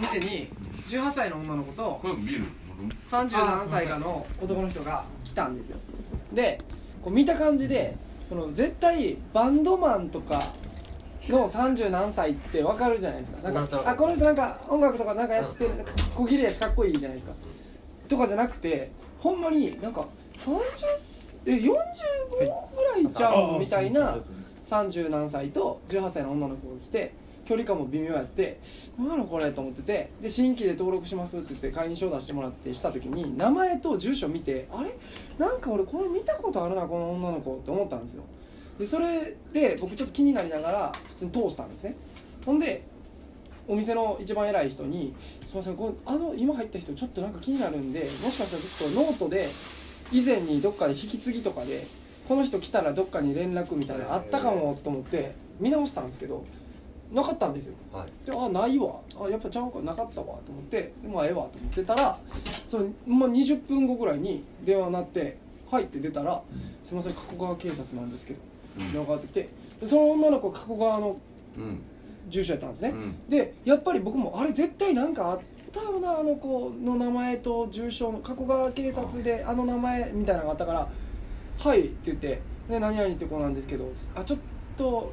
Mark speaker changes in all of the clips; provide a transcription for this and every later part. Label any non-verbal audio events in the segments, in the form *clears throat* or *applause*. Speaker 1: 店に18歳の女の子と
Speaker 2: これ見る
Speaker 1: 37歳かの男の人が来たんですよでこう見た感じでその絶対バンドマンとかの30何歳って分かるじゃないですかなんかあこの人なんか音楽とかなんかやってる小切れやしかっこいいじゃないですかとかじゃなくてほんまになんか30え45ぐらいちゃうみたいな30何歳と18歳の女の子が来て距離感も微妙やって何やろこれと思っててで新規で登録しますって言って会員商談してもらってした時に名前と住所見てあれなんか俺これ見たことあるなこの女の子って思ったんですよでそれで僕ちょっと気になりながら普通に通したんですねほんでお店の一番偉い人に「すいませんこうあの今入った人ちょっとなんか気になるんでもしかしたらちょっとノートで以前にどっかで引き継ぎとかでこの人来たらどっかに連絡みたいなのあったかもと思って見直したんですけどなかったんですよ
Speaker 3: はい
Speaker 1: であないわあやっぱちゃうかなかったわと思ってでまあええわと思ってたらその、まあ、20分後ぐらいに電話鳴って「はい」って出たら「すいません加古川警察なんですけど」電話かかってきてでその女の子加古川の
Speaker 2: うん
Speaker 1: 住所やったんです
Speaker 2: う
Speaker 1: ね、
Speaker 2: ん
Speaker 1: でやっぱり僕もあれ絶対なんかあったよなあの子の名前と住所の加古川警察であの名前みたいなのがあったから「はい」って言って「ね、何々って子なんですけどあちょっと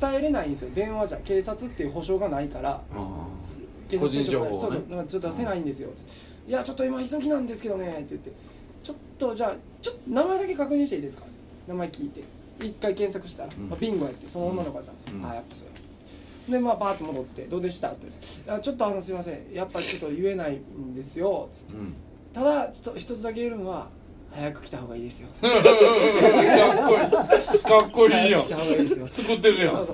Speaker 1: 伝えれないんですよ電話じゃ警察っていう保証がないから
Speaker 2: あ
Speaker 1: 警察
Speaker 3: 個人情報をね
Speaker 1: そうそうなんかちょっと出せないんですよ、いやちょっと今急ぎなんですけどねって言ってちょっとじゃあちょっと名前だけ確認していいですか名前聞いて一回検索したら、
Speaker 2: うん
Speaker 1: まあ、ビンゴやってその女の子だったんですよ、
Speaker 2: うん
Speaker 1: ああやっぱそうでまあバーッと戻って「どうでした?」って言ってあちょっとあのすいませんやっぱちょっと言えないんですよ」つって
Speaker 2: うん
Speaker 1: ただちょっと一つだけ言えるのは早く来た方がいいですよ早く来た
Speaker 2: かっこいいかっこいいやん
Speaker 1: 方がいいですよ
Speaker 2: 作ってるやんうんえ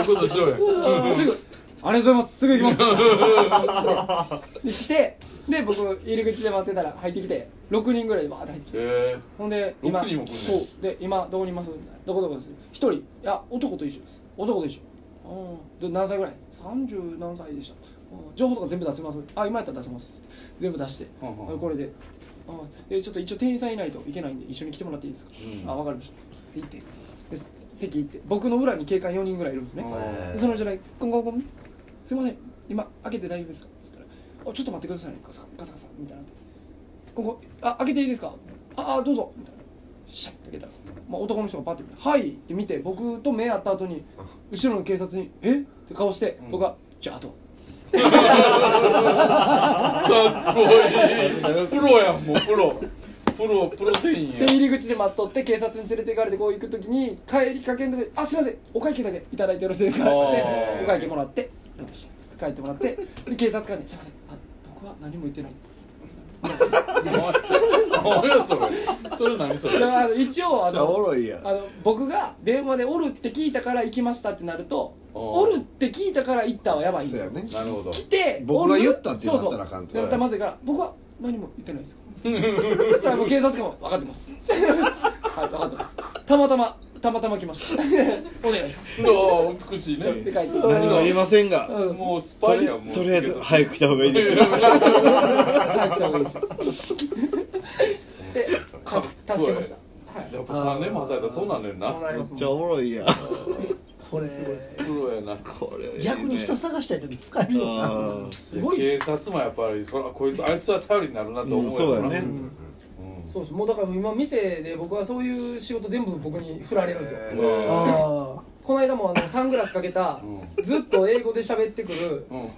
Speaker 2: えことしようや
Speaker 1: すぐありがとうございますすぐ行きます *laughs* で来てで僕入り口で待ってたら入ってきて6人ぐらいでバーって入ってきて
Speaker 2: え
Speaker 1: ほんで
Speaker 2: 6人も来るね
Speaker 1: そうで今どこにいますみたいなどこどこです一人いや男と一緒です男と一緒ああ何歳ぐらい30何歳でしたうん情報とか全部出せますあ今やったら出せます全部出して
Speaker 2: はあはあ
Speaker 1: あこれであでちょっと一応店員さんいないといけないんで一緒に来てもらっていいですか、
Speaker 2: うん
Speaker 1: あ分かりましたで行ってで席行って僕の裏に警官4人ぐらいいるんですね、
Speaker 2: あ
Speaker 1: でその人に「コンコンコンすいません今開けて大丈夫ですか?」っつったらあ「ちょっと待ってくださいねガサガサガサ」みたいなここあ開けていいですかああどうぞ」みたいなシャッて開けたら、まあ、男の人がパッて見て「はい」って見て僕と目合った後に後ろの警察に「えっ?」て顔して
Speaker 2: うん
Speaker 1: 僕が「じゃああと」
Speaker 2: かっこいいプロやんもうプロプロプロテイン
Speaker 1: で
Speaker 2: や
Speaker 1: 入り口で待っとって警察に連れて行かれてこう行く時に帰りかけんとこにあすいませんお会計だけいただいてよろしいですか?」って
Speaker 2: あー
Speaker 1: お会計もらってよろしいです帰ってもらってで警察官に「すいませんあ僕は何も言ってない」
Speaker 2: おやそれそれ何そ
Speaker 1: い
Speaker 2: れ
Speaker 1: やあの一応あ
Speaker 4: じゃあお
Speaker 1: の
Speaker 4: ろいやん
Speaker 1: あの僕が電話で「おる」って聞いたから行きましたってなると「
Speaker 2: あー
Speaker 1: おる」って聞いたから行ったはやばいん
Speaker 4: そう
Speaker 1: です
Speaker 4: や
Speaker 1: よ
Speaker 4: ね
Speaker 2: なるほど
Speaker 1: 来て
Speaker 4: 僕が
Speaker 1: おる
Speaker 4: 言ったってなったらあかん
Speaker 1: そうそうなったらまずいから僕は何も言ってないですよ
Speaker 4: *laughs*
Speaker 1: そしたらもう警察官は「分かってます」はい分かってますたまたまたまたま来ました *laughs* お願いします
Speaker 2: どう美しい
Speaker 1: って書い
Speaker 2: ね
Speaker 1: て
Speaker 4: 何も言えませんが
Speaker 1: うん
Speaker 2: もうス
Speaker 4: と
Speaker 2: パイ
Speaker 4: り
Speaker 2: やんもう
Speaker 4: とりあえず早く来た方がいいですよ
Speaker 1: 早く来た方がいいですよ
Speaker 4: *laughs*
Speaker 1: で
Speaker 2: かっこいい
Speaker 1: 助けましたはい
Speaker 2: やっぱ3年も働いたらそうなんねんな
Speaker 1: そうなり
Speaker 4: め
Speaker 1: ま
Speaker 4: っ
Speaker 1: す
Speaker 4: ちゃおも
Speaker 1: *laughs*
Speaker 4: ろいやん
Speaker 5: これ
Speaker 2: プロやな
Speaker 4: これいいね
Speaker 5: 逆に人探したい時使えるよな
Speaker 4: あ
Speaker 1: すごい
Speaker 2: 警察もやっぱりそらこいつあいつは頼りになるなと
Speaker 4: ーう
Speaker 2: 思
Speaker 4: ん
Speaker 2: う
Speaker 4: そ
Speaker 2: や
Speaker 4: う
Speaker 2: ろ
Speaker 4: だ
Speaker 2: な
Speaker 4: ね
Speaker 2: うん
Speaker 1: そうですもうだから今店で僕はそういう仕事全部僕に振られるんですよ、
Speaker 2: え
Speaker 5: あ
Speaker 1: この間もあのサングラスかけた、
Speaker 2: う
Speaker 1: ずっと英語で喋ってくる
Speaker 2: うん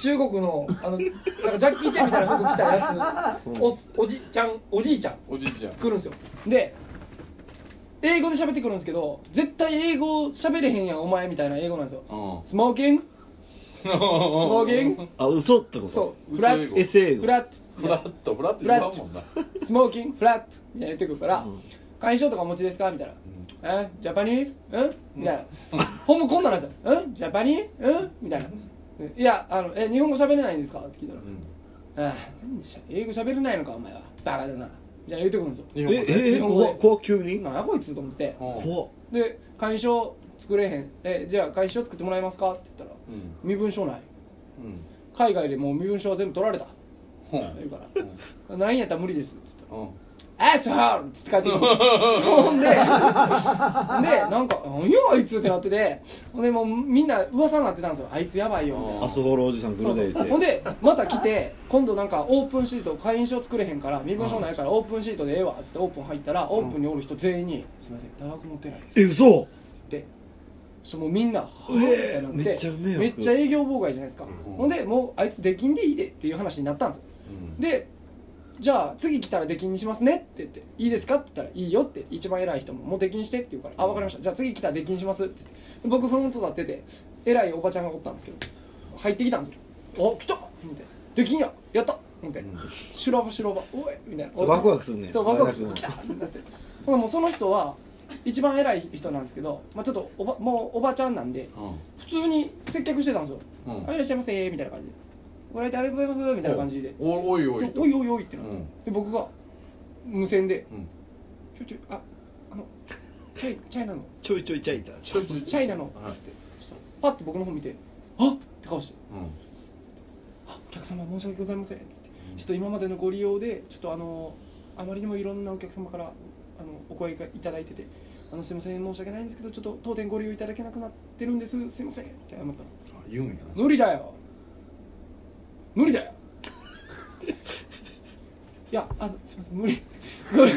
Speaker 1: 中国のあのなんかジャッキー・チェンみたいな服着たやつ、おおじちゃんおじいちゃん
Speaker 2: おじいちゃん
Speaker 1: 来るんですよで英語で喋ってくるんですけど絶対英語喋れへんやんお前みたいな英語なんですよ
Speaker 2: うん
Speaker 1: スモーキ
Speaker 2: *laughs*
Speaker 1: ングスモーキング
Speaker 4: あ嘘ってこと
Speaker 1: そうフ
Speaker 2: 嘘
Speaker 1: ラ
Speaker 2: 英
Speaker 1: ッ
Speaker 2: 語
Speaker 1: ト
Speaker 4: S 英
Speaker 1: フ
Speaker 4: 語
Speaker 1: ラット
Speaker 2: フラットフラット言わんもんな
Speaker 1: スモーキングフラットみたいな言ってくるから、会員証とかお持ちですかみたいな、えジャパニーズうんみたい *laughs* なほんまこんなんなんですようんジャパニーズうんみたいなでいやあのえ日本語喋れないんですかって聞いたら、ああ何でしゃ英語喋れないのかお前はバカだなみたいな言ってくるんですよ
Speaker 2: 日本語で
Speaker 4: ええ
Speaker 1: 日本語で
Speaker 4: 怖っ怖っ急に
Speaker 1: なんやこいつと思って
Speaker 2: うん
Speaker 4: 怖っ
Speaker 1: で会員証作れへんえじゃあ会員証作ってもらえますかって言ったら
Speaker 2: うん
Speaker 1: 身分証ない
Speaker 2: うん
Speaker 1: 海外でもう身分証は全部取られた
Speaker 2: うん
Speaker 1: 言うから、なんやったら無理ですって言ったら
Speaker 2: うん
Speaker 1: あアスホール!」っつって帰ってきてほんででなんか「何やあいつ」ってなっててほんでもうみんな噂になってたんですよ「あいつやばいよ」みたいな
Speaker 4: アソホロおじさん来
Speaker 1: そう
Speaker 4: る
Speaker 1: そ
Speaker 4: で
Speaker 1: う
Speaker 4: 言って
Speaker 1: ほんでまた来て今度なんかオープンシート会員証作れへんから身分証ないからオープンシートでええわっつってオープン入ったらオープンにおる人全員に「すいませんタバコ持ってないです」
Speaker 4: え嘘
Speaker 1: ってそのみんなはぁ
Speaker 4: え
Speaker 1: っ
Speaker 4: ー
Speaker 1: てな
Speaker 4: めっちゃ迷惑
Speaker 1: めっちゃ営業妨害じゃないですか、
Speaker 2: うん
Speaker 1: ほんでもうあいつ出禁でいいでっていう話になったんですよでじゃあ次来たら出禁にしますねって言って「いいですか?」って言ったら「いいよ」って一番偉い人も「もう出禁して」って言うから「あ分かりましたじゃあ次来たら出禁します」って言って僕フロント立ってて偉いおばちゃんがおったんですけど入ってきたんですよ「あ来た!」みたいな「出禁ややった!」みたいな「修羅場修羅場おい!」みたいな
Speaker 4: そうワクワクするね
Speaker 1: そうワクワクす
Speaker 4: る
Speaker 1: る来たってなってほんでもうその人は一番偉い人なんですけど、まあ、ちょっとおばもうおばちゃんなんで普通に接客してたんですよ「
Speaker 2: うん
Speaker 1: あいらっしゃいませ」みたいな感じで「ご来店ありがとうございます」みたいな感じで
Speaker 2: おおいおい
Speaker 1: おいおいおいってなっ
Speaker 2: う
Speaker 1: て
Speaker 2: ん
Speaker 1: で僕が無線で
Speaker 2: うん
Speaker 1: 「ちょちょああのチャイチャイナの
Speaker 4: ちょいちょいちゃいた
Speaker 2: ちょっと
Speaker 1: チャイナの」
Speaker 2: はい
Speaker 1: パッて僕の方見て「あっ!」って顔して
Speaker 2: うん
Speaker 1: 「あお客様申し訳ございません」っつって「ちょっと今までのご利用でちょっとあのあまりにもいろんなお客様からあのお声がいただいててあのすいません申し訳ないんですけどちょっと当店ご利用いただけなくなってるんですすいません」って謝ったら
Speaker 2: あ言うんや
Speaker 1: 「無理だよ無理だ
Speaker 2: *laughs*
Speaker 1: よ」いやあのすいません無理無理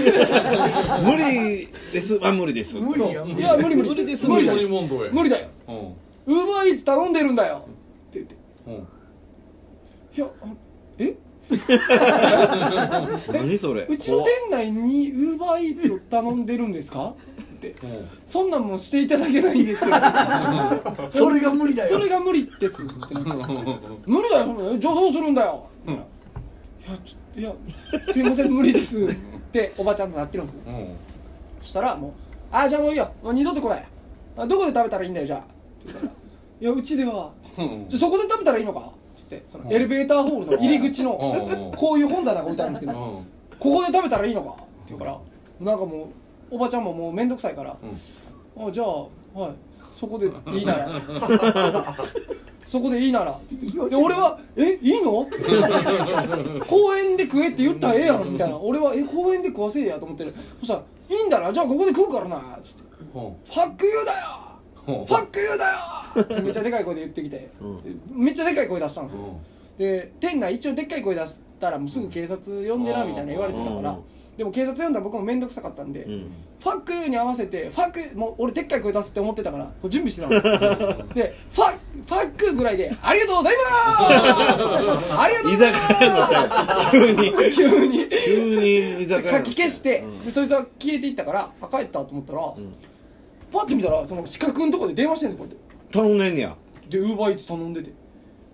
Speaker 4: 無理ですあ無理です
Speaker 1: 無
Speaker 5: 理
Speaker 1: 理
Speaker 5: や
Speaker 1: いや無理無理
Speaker 4: 無理です
Speaker 1: 無理
Speaker 2: だ
Speaker 1: だ
Speaker 2: 無
Speaker 1: よ
Speaker 2: 理問答や
Speaker 1: 無理だよ
Speaker 2: うん
Speaker 1: ウーバーイーツ頼んでるんだよって言って
Speaker 2: うん
Speaker 1: いやあえ
Speaker 4: 何それ
Speaker 1: うちの店内にウーバーイーツを頼んでるんですかって
Speaker 2: うん
Speaker 1: そんなんもしていただけないんですけど
Speaker 5: それが無理だ
Speaker 1: そ
Speaker 5: よ
Speaker 1: れが無理ですってなって無理だよそんなのじゃあどうするんだよいやちょいやすいません無理ですっておばちゃんとなってるんですよ
Speaker 2: うん
Speaker 1: そしたらもう「ああじゃあもういいよもう二度と来ないあどこで食べたらいいんだよじゃあ」って言ったら「いやうちでは
Speaker 2: うん
Speaker 1: じゃあそこで食べたらいいのか?」ってそのエレベーターホールの入り口の
Speaker 2: うん
Speaker 1: こういう本棚が置いてあるんですけど
Speaker 2: うん
Speaker 1: 「ここで食べたらいいのか?」って言うからなんかもうおばちゃんももう面倒くさいから
Speaker 2: うん
Speaker 1: 「あじゃあはいそこでいいなら
Speaker 2: *laughs*
Speaker 1: そこでいいなら」で俺は「えいいの?」 *laughs* 公園で食えって言ったらええやん」みたいな俺は「え公園で食わせえや」と思ってるそしたら「いいんだなじゃあここで食うからな」つって
Speaker 2: うん
Speaker 1: ファックユーだよ
Speaker 2: うん
Speaker 1: ファックユー
Speaker 4: *laughs*
Speaker 1: だよめっちゃでかい声で言ってきて、めっちゃでかい声出したんですよ、で店内一応でっかい声出したらもうすぐ警察呼んでなみたいな言われてたから、
Speaker 4: うん
Speaker 1: でも警察呼んだら僕も面倒くさかったんで、
Speaker 4: うん
Speaker 1: ファックユーに合わせてファックユーもう俺でっかい声出すって思ってたからこう準備してたのでファッファックぐらいで「ありがとうございます! 」ありがとう
Speaker 4: 居
Speaker 1: ござい
Speaker 4: 酒
Speaker 1: ます
Speaker 4: 屋のった急
Speaker 1: *laughs*
Speaker 4: に
Speaker 1: 急に
Speaker 4: 急に居酒屋
Speaker 1: で
Speaker 4: の
Speaker 1: かき消して、
Speaker 4: うん
Speaker 1: でそいつは消えていったからあ帰ったと思ったら、
Speaker 4: ん
Speaker 1: パッて見たらその四角のとこで電話してんですよこうや
Speaker 4: 頼んでんねや
Speaker 1: ってでウーバーイーツ頼んでて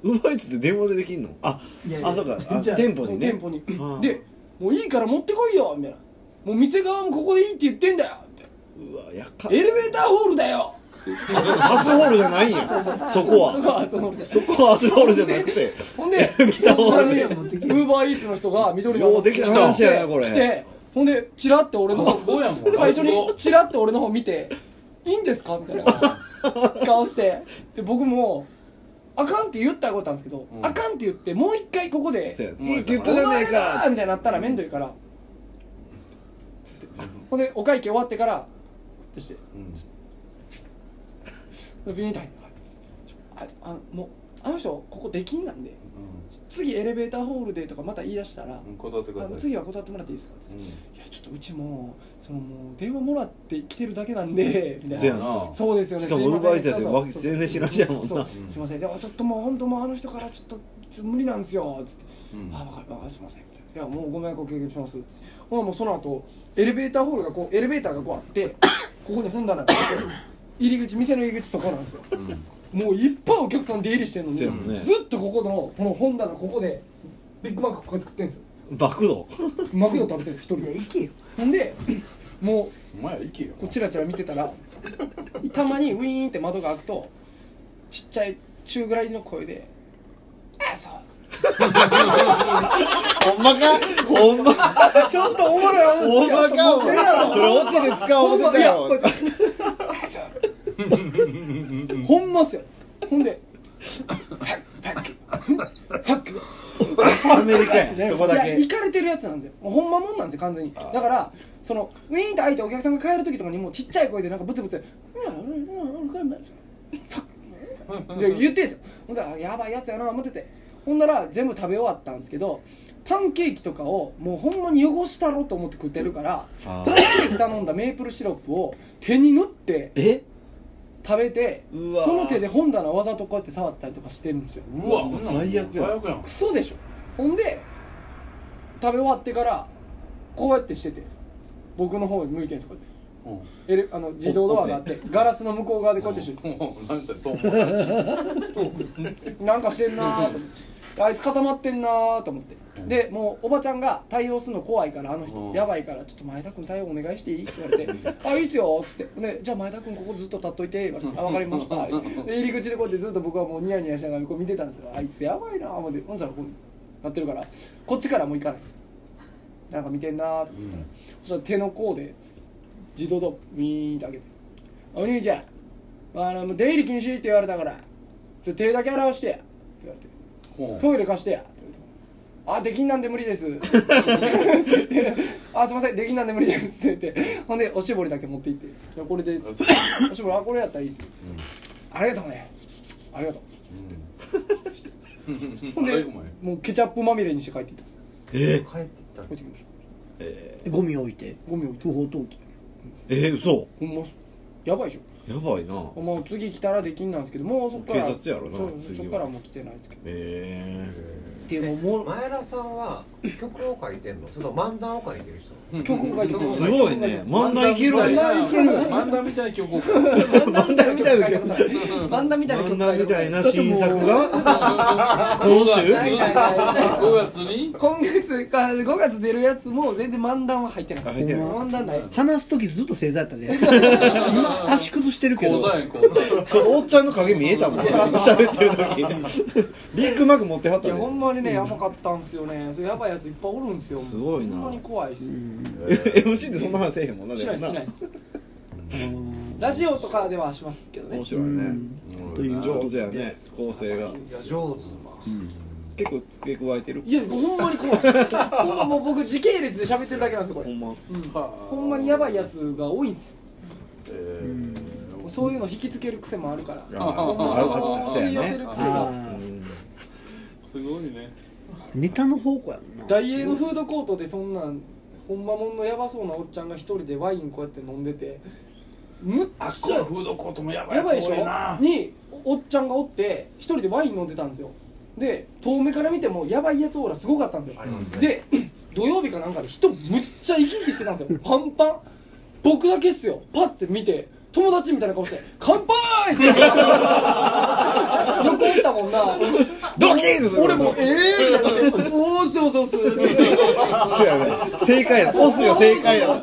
Speaker 4: うまいっつって電話でできんのあ
Speaker 5: いやいや
Speaker 4: あそうかあ
Speaker 5: じゃあ
Speaker 4: 店舗にね
Speaker 1: 店舗に
Speaker 4: ああ
Speaker 1: *laughs* でもういいから持ってこいよみたいなもう店側もここでいいって言ってんだよみたいう
Speaker 4: わやっか
Speaker 1: なエレベーターホールだよ
Speaker 4: アスアスホールじゃないんやそこ
Speaker 1: そ
Speaker 4: は
Speaker 1: こはその
Speaker 4: そこはアスホールじゃなくて
Speaker 1: ほん
Speaker 4: *laughs*
Speaker 1: で
Speaker 4: 北ホールで
Speaker 5: や持って
Speaker 1: ウ
Speaker 5: き
Speaker 1: ーバーイーツの人が緑の
Speaker 4: ようできた話やなこれ
Speaker 1: 来てほんでチラッて俺の
Speaker 4: *laughs*
Speaker 2: あそうやもん
Speaker 1: 最初にチラッて俺の方見て「いいんですか?」みたいな顔してで僕も「あかん」って言ったことあったんですけど、
Speaker 2: うん
Speaker 1: あかんって言ってもう一回ここで
Speaker 4: そうや
Speaker 2: うん
Speaker 4: いいって言っ
Speaker 1: お
Speaker 4: たじゃね
Speaker 1: 前
Speaker 4: え
Speaker 1: だー
Speaker 4: か
Speaker 1: みたいになったら面倒いからつってほんでお会計終わってからってして
Speaker 2: うん
Speaker 1: ビニール入ってはいちょああもうあの人ここできんなんで次エレベーターホールでとかまた言い出したら
Speaker 2: うん断ってく
Speaker 1: あ
Speaker 2: だ
Speaker 1: の
Speaker 2: さい
Speaker 1: 次は断ってもらっていいですか?」
Speaker 2: うん
Speaker 1: いやちょっとうちもそのもう電話もらって来てるだけなんで」みたいな
Speaker 4: そうやな
Speaker 1: そうですよね
Speaker 4: しかも
Speaker 1: すいません
Speaker 4: ウーバーイーツやし
Speaker 1: そうそう
Speaker 4: わけ全然知らんやもんな
Speaker 1: そうすいませんでもちょっともう本当もうあの人からちょっとちょっと無理なんですよつって
Speaker 2: う
Speaker 1: 「
Speaker 2: ん
Speaker 1: あ分かる分かるすいません」みたいな「いやもうご迷惑を経験します」つってほなもうその後エレベーターホールがこうエレベーターがこうあってここに本棚があって入り口店の入り口そこなんですよ
Speaker 2: うん
Speaker 1: もういっぱいお客さん出入りしてんの
Speaker 4: そうや
Speaker 1: に
Speaker 4: もんね
Speaker 1: ずっとここのこの本棚ここでビッグマックこうやって食ってんですよ
Speaker 4: バクド
Speaker 1: マクド食べてるんです一人
Speaker 5: いや
Speaker 1: で
Speaker 5: 行けよ
Speaker 1: ほんでもう
Speaker 2: お前ら行けよ
Speaker 1: こうチラチラ見てたらたまにウィーンって窓が開くとちっちゃい中ぐらいの声で「あそう
Speaker 4: ほんまかほんま
Speaker 5: ちょっとおもろ
Speaker 4: ほんまかお前それオチで使おう思てたよ
Speaker 1: ほんまいほんまっすよほんで「パックパックパックパックパ
Speaker 4: アメリカやそこだ
Speaker 1: いや
Speaker 4: け
Speaker 1: 行かれてるやつなんですよもうほんまもんなんですよ完全にだからそのウィーンって開いてお客さんが帰る時とかにもうちっちゃい声でなんかブツブツ「うんうんうんうんうんうんうん」で言ってんですよほんだらあやばいやつやな思っててほんなら全部食べ終わったんですけどパンケーキとかをもうほんまに汚したろうと思って食ってるから
Speaker 4: あ
Speaker 1: パンケ
Speaker 4: ー
Speaker 1: ーキ頼んだメープルシロップを手に塗って
Speaker 4: え
Speaker 1: 食べて
Speaker 4: うわー
Speaker 1: その手で本棚をわざとこうやって触ったりとかしてるんですよ
Speaker 2: うわもう
Speaker 4: 最悪や
Speaker 2: 最悪やん
Speaker 1: クソでしょほんで食べ終わってからこうやってしてて僕の方に向いてるんですこう
Speaker 2: うん
Speaker 1: やってエレあの自動ドアがあってガラスの向こう側でこうやってしてて
Speaker 2: もう何それ
Speaker 1: *laughs*
Speaker 2: トウモロコシ
Speaker 1: なんかしてんなーと思
Speaker 2: *laughs*
Speaker 1: ってあいつ固まってんなーと思ってでもうおばちゃんが対応するの怖いからあの
Speaker 2: うん
Speaker 1: 人やばいからちょっと前田君対応お願いしていいって言わ
Speaker 2: *laughs*
Speaker 1: れて「あいいっすよ」っつってで「じゃあ前田君ここずっと立っといて」言われて「あ分かりました」で入り口でこうやってずっと僕はもうニヤニヤしながらこう見てたんですよあいつやばいなー思ってほんならこうなってるからこっちからもう行かないですなんか見てんなーって、そしたら手の甲で自動ドアビーンって開けて「お兄ちゃんあのもう出入り禁止って言われたからちょっと手だけ洗わしてや」って言われて
Speaker 2: うん
Speaker 1: トイレ貸してや」って言われてあ、できんなんで無理
Speaker 4: *laughs*
Speaker 1: です」あ、すいません、できんなんで無理です」って言ってほんでおしぼりだけ持って行って「いやこれで」つっておしぼりあこれやったらいいっすよ」ありがとうねありがとう」ほん
Speaker 2: あれ
Speaker 1: で
Speaker 2: うまい
Speaker 1: もうケチャップまみれにして帰っていったんです
Speaker 4: え
Speaker 3: 帰ってったら
Speaker 1: 帰ってきました
Speaker 5: ゴミ置いて
Speaker 1: ゴミ置いて
Speaker 5: 不法投棄
Speaker 4: え嘘
Speaker 1: ほんまやばいでしょ
Speaker 4: やばいな
Speaker 1: もう次来たらできんなんですけどもうそっから
Speaker 4: 警察やろな
Speaker 1: そうそ
Speaker 4: 次は
Speaker 1: っからもう来てないですけど
Speaker 4: え
Speaker 1: っていうもうも
Speaker 3: 前田さんは曲を書いてんのその漫談を書いてる人
Speaker 1: う曲も書いてくれる
Speaker 4: ー、すごいね漫談いける
Speaker 2: 漫
Speaker 4: ね
Speaker 2: 談いける漫談みたいな曲を書いて
Speaker 1: 漫談みたいな曲漫談みたいな曲書
Speaker 4: 漫談
Speaker 1: いてく
Speaker 4: みた
Speaker 1: れ
Speaker 4: い
Speaker 1: る
Speaker 4: な新作が今週
Speaker 1: ないないない
Speaker 2: 5月に
Speaker 1: 今月か5月出るやつも全然漫談は入ってない
Speaker 4: 入ってない
Speaker 1: 漫談ない
Speaker 5: 話す時ずっと正座やったね *laughs* 今足崩してるけ
Speaker 2: 講
Speaker 5: ど
Speaker 2: 座やん講座
Speaker 4: おっちゃんの影見えたもん喋ってる時ビッグマック持ってはっ
Speaker 1: い
Speaker 4: た
Speaker 1: やほ
Speaker 4: ね
Speaker 1: んまにねやばかったんすよねそれやばいやついっぱいおるんすよ
Speaker 4: すごいな
Speaker 1: ほんまに怖いっす
Speaker 4: MC ってそんな話せえへんもんな
Speaker 1: し
Speaker 4: で
Speaker 1: ない
Speaker 4: も
Speaker 1: っすしない
Speaker 4: な
Speaker 1: っすラジオとかではしますけどね
Speaker 4: 面白いね
Speaker 5: という
Speaker 4: 上手やね構成が
Speaker 3: いや上手
Speaker 4: 結構付け加えてる
Speaker 1: いやほんまに怖いほんまもう僕時系列で喋ってるだけなんですよこ
Speaker 4: ほ
Speaker 1: れ
Speaker 4: んま
Speaker 1: ほんまにやばいやつが多いんす
Speaker 2: えー
Speaker 1: そういうの引きつける癖もあるから
Speaker 4: あああった
Speaker 1: 吸い
Speaker 4: や
Speaker 1: 寄せ
Speaker 4: ね
Speaker 1: る癖が
Speaker 5: あー
Speaker 2: すごいね
Speaker 5: ネタの方向やもんな
Speaker 1: ダイエーのフードコートでそんなんほんまもんのやばそうなおっちゃんが一人でワインこうやって飲んでてむっ
Speaker 2: あっ
Speaker 1: ち
Speaker 2: こ
Speaker 1: ゃ
Speaker 2: はフードコートもやばい
Speaker 1: やばいで
Speaker 2: やつ
Speaker 1: し
Speaker 2: 多い
Speaker 1: ょ
Speaker 2: な
Speaker 1: におっちゃんがおって一人でワイン飲んでたんですよで遠目から見てもやばいやつオーラすごかったんですよ
Speaker 3: ありますね
Speaker 1: で *clears throat* 土曜日かなんかで人むっちゃ生き生きしてたんですよパンパン僕だけっすよパッて見て友達みたいな顔して「乾杯!」って言って *laughs* 横行ったもんな
Speaker 4: ドキーンする
Speaker 1: 俺も「ええ!」みたいな「おおそうそうそう」
Speaker 4: そうやね正解や押すよ正解や押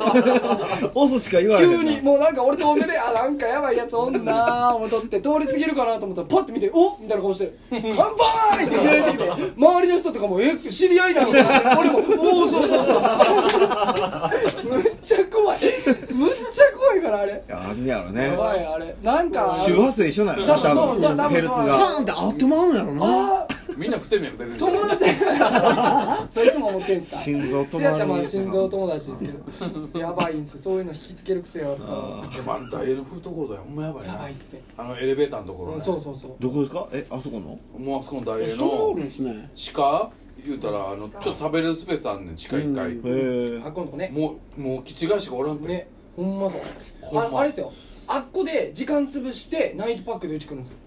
Speaker 4: すしか言われへ
Speaker 1: 急
Speaker 4: ん
Speaker 1: にもうなんか俺とおめであなんかやばいやつおんなー思っとって通り過ぎるかなと思ったらパッて見ておみたいな顔して「乾杯!」って言われてきて周りの人とかも「え知り合いなの?」俺も「おおそうそうそう」むっちゃ怖いむっちゃ怖いからあれ
Speaker 4: いやあんねやろね
Speaker 1: やばいあれなんかあ
Speaker 4: 周
Speaker 1: の
Speaker 4: 波数一緒なんやな多
Speaker 1: そうそう多
Speaker 4: 分
Speaker 1: 分
Speaker 4: ヘルツ
Speaker 5: パ
Speaker 1: そう
Speaker 4: が
Speaker 5: ーンってあってまうんやろな
Speaker 1: あー
Speaker 2: みんな不整脈出てる
Speaker 1: 友達そいつも思ってんすか
Speaker 4: 心臓
Speaker 1: そ
Speaker 4: 止
Speaker 1: うやっ
Speaker 4: ま
Speaker 1: たらまあ
Speaker 4: る
Speaker 1: 心臓友達ですけどやばいんすよそういうの引きつける癖があるか
Speaker 2: でもあのダイエーのフードコートやほんまやばい
Speaker 1: らや
Speaker 2: な
Speaker 1: ばいっすね
Speaker 2: あのエレベーターのところ
Speaker 1: うん
Speaker 2: ね
Speaker 1: そうそうそう
Speaker 4: どこですかえあそこの
Speaker 2: もうあそこのダイエー
Speaker 5: そんなおるん
Speaker 2: の
Speaker 5: ですね
Speaker 2: 地下言うたらあのちょっと食べれるスペースあんねん地下1階
Speaker 4: へ
Speaker 1: あ今度ね
Speaker 2: もうもう気違いしかおらんて
Speaker 1: ねほんまそう
Speaker 2: ほんま
Speaker 1: ああれですよあっこで時間潰してナイトパックでうち来るんですよ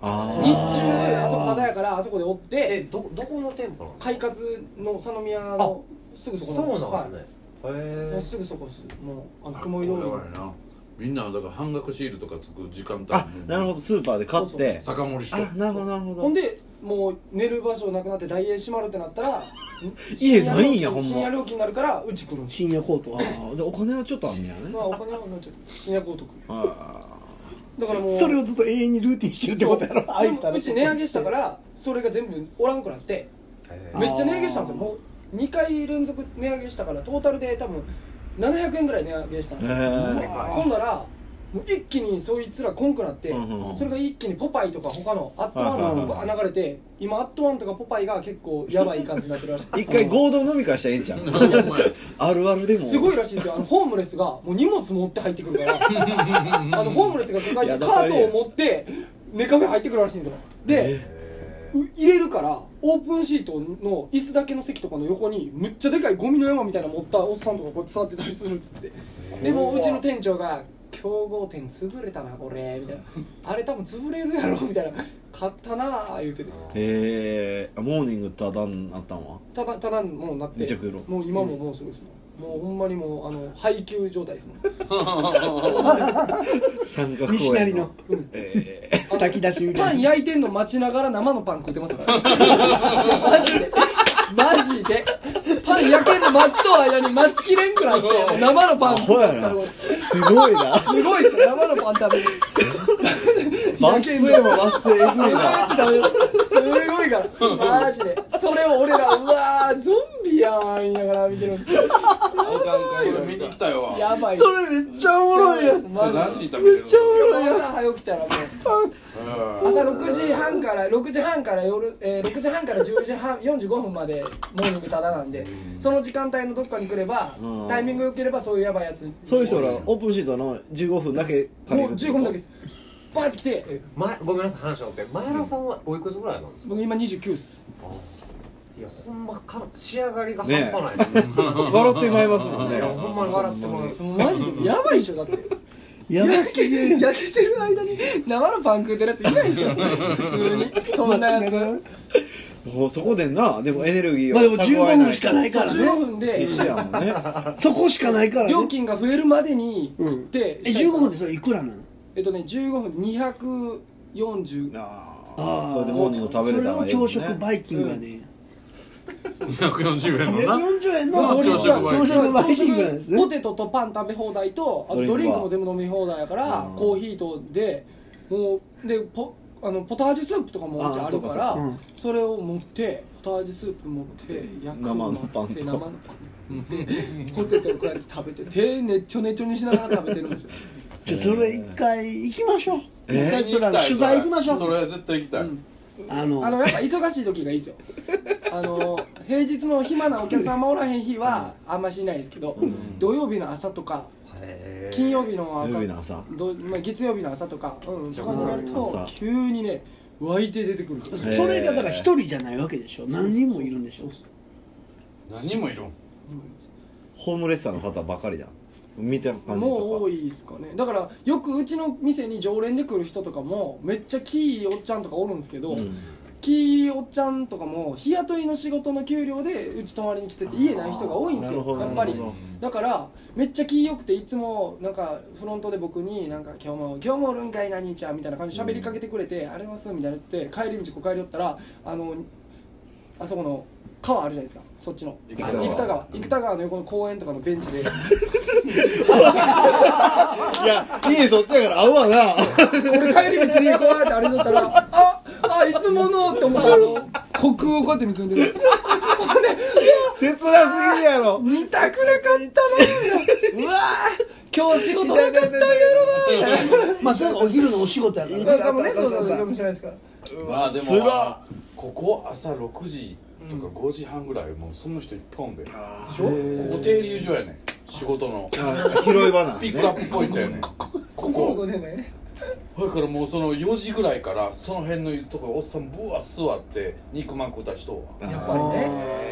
Speaker 4: あ
Speaker 1: 日中あそこただやからあそこでおっ
Speaker 3: え
Speaker 1: て
Speaker 3: どどこの店舗なの
Speaker 1: 快活の佐野宮のすぐそこ
Speaker 3: そうなんですね
Speaker 1: はいも
Speaker 3: へ
Speaker 1: うすぐそこですもうあの
Speaker 2: あ
Speaker 1: 雲井通り
Speaker 2: これやばいなみんなだから半額シールとかつく時間帯
Speaker 4: あなるほどスーパーで買って
Speaker 2: 酒盛りし
Speaker 4: あ
Speaker 2: とる
Speaker 4: なるほどなるほど
Speaker 1: ほんでもう寝る場所なくなって大英閉まるってなったら
Speaker 4: 家ないんや
Speaker 1: 深夜料金
Speaker 4: ほんま
Speaker 1: 深夜料金になるからうち来るんです
Speaker 5: 深夜コートは
Speaker 4: あでお金はちょっとあんねやね
Speaker 1: まあお金はもうちょっと深夜高得
Speaker 4: あ
Speaker 1: だからもう
Speaker 5: *laughs* それをずっと永遠にルーティンしてるってことやろ愛した
Speaker 1: うち値上げしたからそれが全部おらんくなって
Speaker 3: え
Speaker 1: めっちゃ値上げしたんですよもう2回連続値上げしたからトータルで多分700円ぐらい値上げしたん
Speaker 4: ー
Speaker 1: ですよ、
Speaker 4: え
Speaker 1: ほんならもう一気にそいつらこんくなって、
Speaker 4: うんうんうん
Speaker 1: それが一気にポパイとか他のアットワンと
Speaker 4: は
Speaker 1: か流れて今アットワンとかポパイが結構やばい感じになってるらしくて
Speaker 4: 一回合同飲み会したらええんちゃう
Speaker 2: *laughs* ほんまや
Speaker 4: あるあるでも
Speaker 1: すごいらしいんですよあのホームレスがもう荷物持って入ってくるから *laughs* あのホームレスが抱えてカートを持ってネカフェ入ってくるらしいんですよでう入れるからオープンシートの椅子だけの席とかの横にむっちゃでかいゴミの山みたいなの持ったおっさんとかこうやって座ってたりするっつってでもうちの店長が「競合店潰れたなこれ」みたいな「あれ多分潰れるやろ」みたいな「買ったなあ」言うてて
Speaker 4: へえモーニングただんあったんは
Speaker 1: ただただもうなっ
Speaker 4: め
Speaker 1: て
Speaker 4: ちゃくちゃ黒
Speaker 1: もう今ももうすごいですもん、もうほんまにもうあの配給状態ですもん
Speaker 4: 三角公園
Speaker 5: 西成の
Speaker 4: え
Speaker 5: 炊き出しみ
Speaker 1: パ
Speaker 5: た
Speaker 1: ン
Speaker 5: いな
Speaker 1: 焼いてんの待ちながら生のパン食ってますからマジでマジでパン焼けんの待っとう間に待ちきれんくらいって生のパン
Speaker 4: ー、ほやなすごいな
Speaker 1: すごいですよ生のパン食べる
Speaker 4: バッスエもバッスエえぐいな
Speaker 1: すごいからマジでそれを俺らうわーゾンビやー言いながら見てるんです
Speaker 2: それ見に行ったよわ
Speaker 1: やばい
Speaker 5: それめっちゃおもろいやん
Speaker 2: それ
Speaker 1: マジ
Speaker 2: 何
Speaker 1: で
Speaker 2: 時に食べれる
Speaker 5: めっちゃおもろい
Speaker 1: 朝早起きたらもう朝6時半から6時半から夜、えー6時半から10時半45分までモーニングタダなんでその時間帯のどっかに来れば
Speaker 4: うん
Speaker 1: タイミングよければそういうやばいやつ
Speaker 4: そういう人らオープンシートの15分だけ借
Speaker 1: も
Speaker 4: り
Speaker 1: う
Speaker 4: る
Speaker 1: 15分だけですバーって来て
Speaker 3: え前ごめんなさい話しって前田さんはおいくつぐらいなんですか
Speaker 1: 僕今29っす
Speaker 3: いやほんまか仕上がりが半端ないですね
Speaker 4: 笑ってまいりますもん
Speaker 3: い
Speaker 4: ね
Speaker 3: やほんまに笑ってもらう
Speaker 1: マジで *laughs* やばいっしょだって
Speaker 5: やばすぎる
Speaker 1: 焼けてる間に生のパン食うてるやついないでしょ普通にそんなやつ
Speaker 4: もうそこでなでもエネルギーを
Speaker 5: まあでも15分しかないから
Speaker 1: 15
Speaker 5: ね
Speaker 1: 分で
Speaker 4: 一緒やもんね
Speaker 5: そこしかないからね
Speaker 1: 料金が増えるまでに
Speaker 5: う
Speaker 1: 食っ
Speaker 5: ん
Speaker 1: て
Speaker 5: え15分でそれいくらなの
Speaker 1: えっとね15分240
Speaker 4: あ
Speaker 5: あ
Speaker 4: あ
Speaker 5: ー
Speaker 4: それでモーニング食べれたらええ
Speaker 5: それ
Speaker 4: も
Speaker 5: を
Speaker 4: んね
Speaker 5: 朝食バイキングはね
Speaker 2: 240円のな
Speaker 5: 240円の
Speaker 2: 朝食バイキング
Speaker 5: 朝食バイキングなんです
Speaker 1: ポ
Speaker 5: ね
Speaker 1: テトとパン食べ放題とあとド
Speaker 4: ド
Speaker 1: リ
Speaker 4: リ
Speaker 1: ン
Speaker 4: ン
Speaker 1: ク
Speaker 4: ク
Speaker 1: も
Speaker 4: は
Speaker 1: 全部飲み放題やから
Speaker 4: うん
Speaker 1: コーヒーとでもうでポあのポタージュスープとかもうち
Speaker 4: あ
Speaker 1: あるか
Speaker 4: そうか
Speaker 1: ら
Speaker 5: そうかうん
Speaker 1: それを持ってポタージュスープ持って焼く
Speaker 4: 生のパンと
Speaker 1: 持って生のパンでポテトをこうやって食べて手ねっちょねっちょにしながら食べてるんですよ
Speaker 5: じゃあそれ一回行きましょう
Speaker 4: え
Speaker 5: 一回それあの取材行きましょ
Speaker 2: そうれ絶対行きたい、
Speaker 1: うん
Speaker 5: あ
Speaker 1: あの
Speaker 5: の
Speaker 1: やっぱ忙しい時がいいですよあの平日の暇なお客さんもおらへん日はあんましいないですけど、土曜日の朝とか
Speaker 3: へー
Speaker 1: 金曜日の朝
Speaker 4: 土曜日の朝
Speaker 1: どまあ、月曜日の朝とか、うん、とかになる
Speaker 4: うん
Speaker 1: と
Speaker 4: 朝
Speaker 1: 急にね湧いて出てくるから
Speaker 5: それがだから一人じゃないわけでしょ何人もいるんでしょ
Speaker 2: 何人もいるん
Speaker 4: ホームレスさんの方ばかりだ見てる感じとか
Speaker 1: もう多いですかねだからよくうちの店に常連で来る人とかもめっちゃキーおっちゃんとかおるんですけど、
Speaker 4: うん
Speaker 1: キーおっちゃんとかも日雇いの仕事の給料でうち泊まりに来てて家ない人が多いんです
Speaker 4: なるほ
Speaker 1: よ
Speaker 4: ど
Speaker 1: やっぱり
Speaker 4: なるほ
Speaker 1: だからめっちゃ気よくていつもなんかフロントで僕になんか今日も今日もおるんかいな兄ちゃんみたいな感じで喋りかけてくれて、あれますみたいな言って帰り道こう帰り寄ったらあのあそこの川あるじゃないですかそっちの
Speaker 2: 生
Speaker 1: あ
Speaker 2: 田
Speaker 1: の
Speaker 2: 川
Speaker 1: 生田川生田川の横の公園とかのベンチで
Speaker 4: いや家そっちやから合うわな
Speaker 1: 俺
Speaker 4: *laughs*
Speaker 1: 帰り道にこうやって歩いとったらああいつものって思ったらあの *laughs* 虚空をこうやって見つめてる
Speaker 4: 切なすぎるやろ
Speaker 1: 見たくなかったなうわー今日仕事なかったんやろなみたいな
Speaker 5: *laughs* まあそれがお昼のお仕事やから
Speaker 1: だ
Speaker 5: ね
Speaker 1: からもうねそうそうそうかもしれないですから
Speaker 2: まあでも
Speaker 4: つら
Speaker 2: ここ朝6時とか5時半ぐらいもうその人いっぱいおんで、
Speaker 4: あ
Speaker 2: ここ停留所やねん仕事の
Speaker 4: ー拾い場なん
Speaker 2: ピッ
Speaker 4: ね
Speaker 2: クアップポイントやねんここ
Speaker 1: ここでね
Speaker 2: だからもうその4時ぐらいからその辺のとこおっさんぶわ座って肉まん食うた人は
Speaker 4: あー
Speaker 1: やっぱりね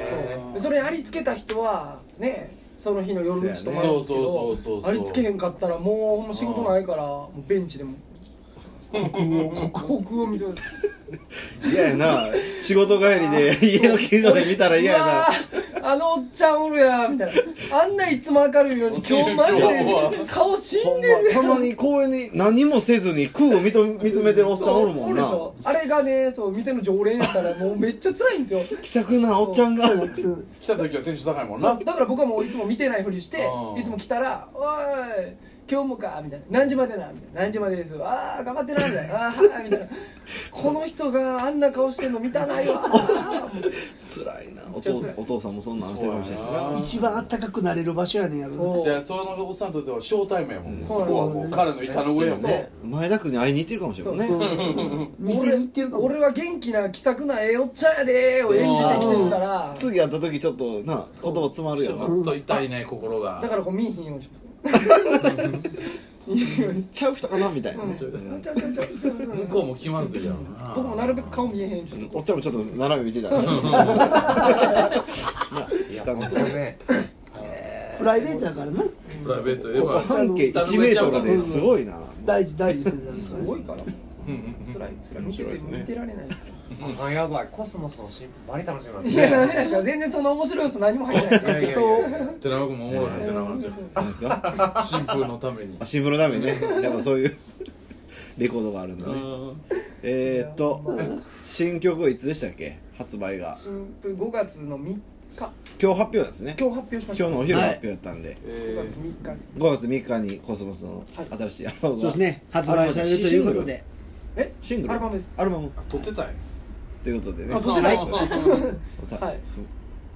Speaker 1: そうねそれありつけた人はねその日の夜にしとまるんですけ
Speaker 2: そうやねそうそうそう
Speaker 1: ど
Speaker 2: そう
Speaker 1: ありつけへんかったらもうほんま仕事ないからもうベンチでも *laughs* 虚空を見てる
Speaker 4: 嫌やな仕事帰りで家の近所で見たら嫌や
Speaker 1: うわ
Speaker 4: な
Speaker 1: ーあのおっちゃんおるやみたいなあんないつも明るい
Speaker 4: *laughs*
Speaker 1: のに今日マジで顔死
Speaker 4: ほ
Speaker 1: ん
Speaker 4: ん
Speaker 1: でる
Speaker 4: またまに公園に何もせずに空を見と見つめてるおっちゃんおるもんな
Speaker 1: そうおるでしょあれがねそう店の常連やったらもうめっちゃ辛いんですよ
Speaker 4: 気さくなおっちゃんが
Speaker 2: 来た時はテンション高いもん
Speaker 1: そ
Speaker 2: な
Speaker 1: うだから僕はもういつも見てないふりして
Speaker 2: うん
Speaker 1: いつも来たら「おい今日もか」みたいな「何時までな」みたいな「何時までです」「ああ頑張ってな」みたいな「ああーはい」みたいな「この人があんな顔してんの見たないわ」
Speaker 4: 辛いなお
Speaker 1: ちょっと
Speaker 4: 父
Speaker 1: 辛い
Speaker 4: お父さんもそんなんしてるかもしれないしな
Speaker 5: 一番あったかくなれる場所やねんやろ
Speaker 1: そう
Speaker 2: でそのおっさんにとっては初対面やもん、
Speaker 4: うん
Speaker 2: そこはもう彼の板の上やもん、
Speaker 3: ね
Speaker 4: 前田君に会いに行ってるかもしれない
Speaker 5: な
Speaker 4: ね
Speaker 5: そう店に行ってるかも
Speaker 1: 俺は元気な気さくなええおっちゃんやでーを演じてきてるから
Speaker 4: 次会った時ちょっとな言葉詰まる
Speaker 2: ち
Speaker 4: や
Speaker 2: ょ
Speaker 4: ろ
Speaker 2: っと痛いね心が
Speaker 1: だからこう見えひんようにします
Speaker 4: ちゃう人かなみたいなね
Speaker 1: うんちゃうちゃうちゃうちゃう
Speaker 2: 向こうも気まずいやろな
Speaker 1: 僕もなるべく顔見えへんようにちょっと
Speaker 4: おっちゃんもちょっと斜め見てた *laughs* 下の
Speaker 3: これね
Speaker 5: プライベートやからな
Speaker 2: プライベートでは
Speaker 4: 半径1メートルですご
Speaker 1: *laughs*
Speaker 4: いな
Speaker 5: 大事大事するんじゃないですか
Speaker 1: すごい
Speaker 5: ね
Speaker 1: から辛い辛い見て
Speaker 4: 白いで
Speaker 1: て
Speaker 4: すね
Speaker 1: 見てられないです
Speaker 3: あやばいコスモスの新譜バリ楽しみなんで
Speaker 1: い
Speaker 3: す
Speaker 1: や
Speaker 3: ね
Speaker 1: なんでなんですか全然そんな面白い要素何も入って
Speaker 3: い
Speaker 1: な
Speaker 3: や
Speaker 1: い
Speaker 3: いやいや
Speaker 2: 寺尾君もおもろいはずやななん
Speaker 4: *laughs*
Speaker 2: て
Speaker 4: なんですか
Speaker 2: 新風のために
Speaker 4: あシンプルダメねやっぱそういうレコードがあるんだねえー、っと新曲はいつでしたっけ発売が
Speaker 1: 新婦5月の3日今
Speaker 4: 今日発表なんですね
Speaker 1: 日発表しました
Speaker 4: 今日のお昼発表やったんで、
Speaker 1: 5
Speaker 2: え
Speaker 1: 月3日です
Speaker 4: 5月3日にコスモスの新しいアルバム
Speaker 5: そう
Speaker 4: が
Speaker 5: ですね発売されるということで
Speaker 1: え
Speaker 4: シングル
Speaker 1: アルバムです
Speaker 4: アルバム
Speaker 2: ー撮ってたんや
Speaker 4: ということでね
Speaker 1: あ撮ってない
Speaker 4: はい
Speaker 1: はい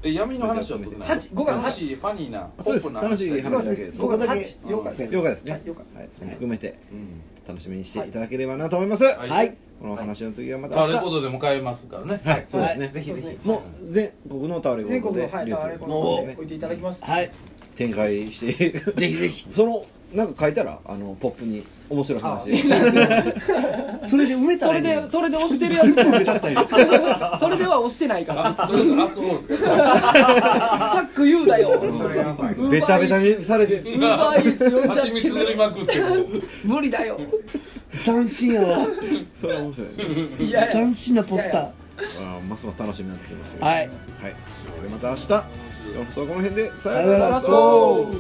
Speaker 2: え闇の話は撮ってない
Speaker 1: 八5月8
Speaker 2: 8ファニーな
Speaker 4: そうです
Speaker 2: ポップな
Speaker 4: 楽しい話だけ
Speaker 5: そこだけ
Speaker 1: 5月8
Speaker 4: 了解ですね
Speaker 1: はい了
Speaker 4: はいそれも含めて
Speaker 2: うん
Speaker 4: 楽しみにしていただければなと思いますはい、
Speaker 2: は
Speaker 5: はいい
Speaker 4: このお話の次はまた
Speaker 2: あレ
Speaker 4: 明日
Speaker 2: コードでも買えますからね
Speaker 4: はいそうですね、
Speaker 3: ぜひぜひ
Speaker 4: もう全国のタワレコで
Speaker 1: 全国のはい
Speaker 4: 流
Speaker 1: タワ
Speaker 4: 通す
Speaker 1: レ
Speaker 4: る
Speaker 1: コ
Speaker 4: の
Speaker 1: の
Speaker 4: で
Speaker 1: で置いていただきます
Speaker 5: はい
Speaker 4: 展開していく
Speaker 5: ぜひぜひ
Speaker 4: *laughs* そのなんか書いたらあのポップに面白い話
Speaker 5: それで埋めた
Speaker 1: そ
Speaker 5: らい
Speaker 1: れ
Speaker 5: いのよ
Speaker 1: でそれで押してるやつそれでは押してないから
Speaker 2: あそれぞれアスホールとか
Speaker 1: パック言うだよ
Speaker 3: それやばい
Speaker 4: ベタベタにされて
Speaker 1: *laughs* ウーバーイーツ呼んじゃっ
Speaker 2: 蜂
Speaker 1: て
Speaker 2: 蜜塗りまくってこう
Speaker 1: 無理だよ
Speaker 5: 斬新やわ
Speaker 4: それは面白いね
Speaker 1: いやいや
Speaker 5: 斬新なポ
Speaker 1: い
Speaker 5: ス
Speaker 1: やい
Speaker 5: タ
Speaker 1: や
Speaker 4: あーますます楽しみになってきましたけ
Speaker 5: ー
Speaker 4: ど
Speaker 5: はい
Speaker 4: はい、それではまた明日今日の放送はこの辺でさ
Speaker 5: さよならそう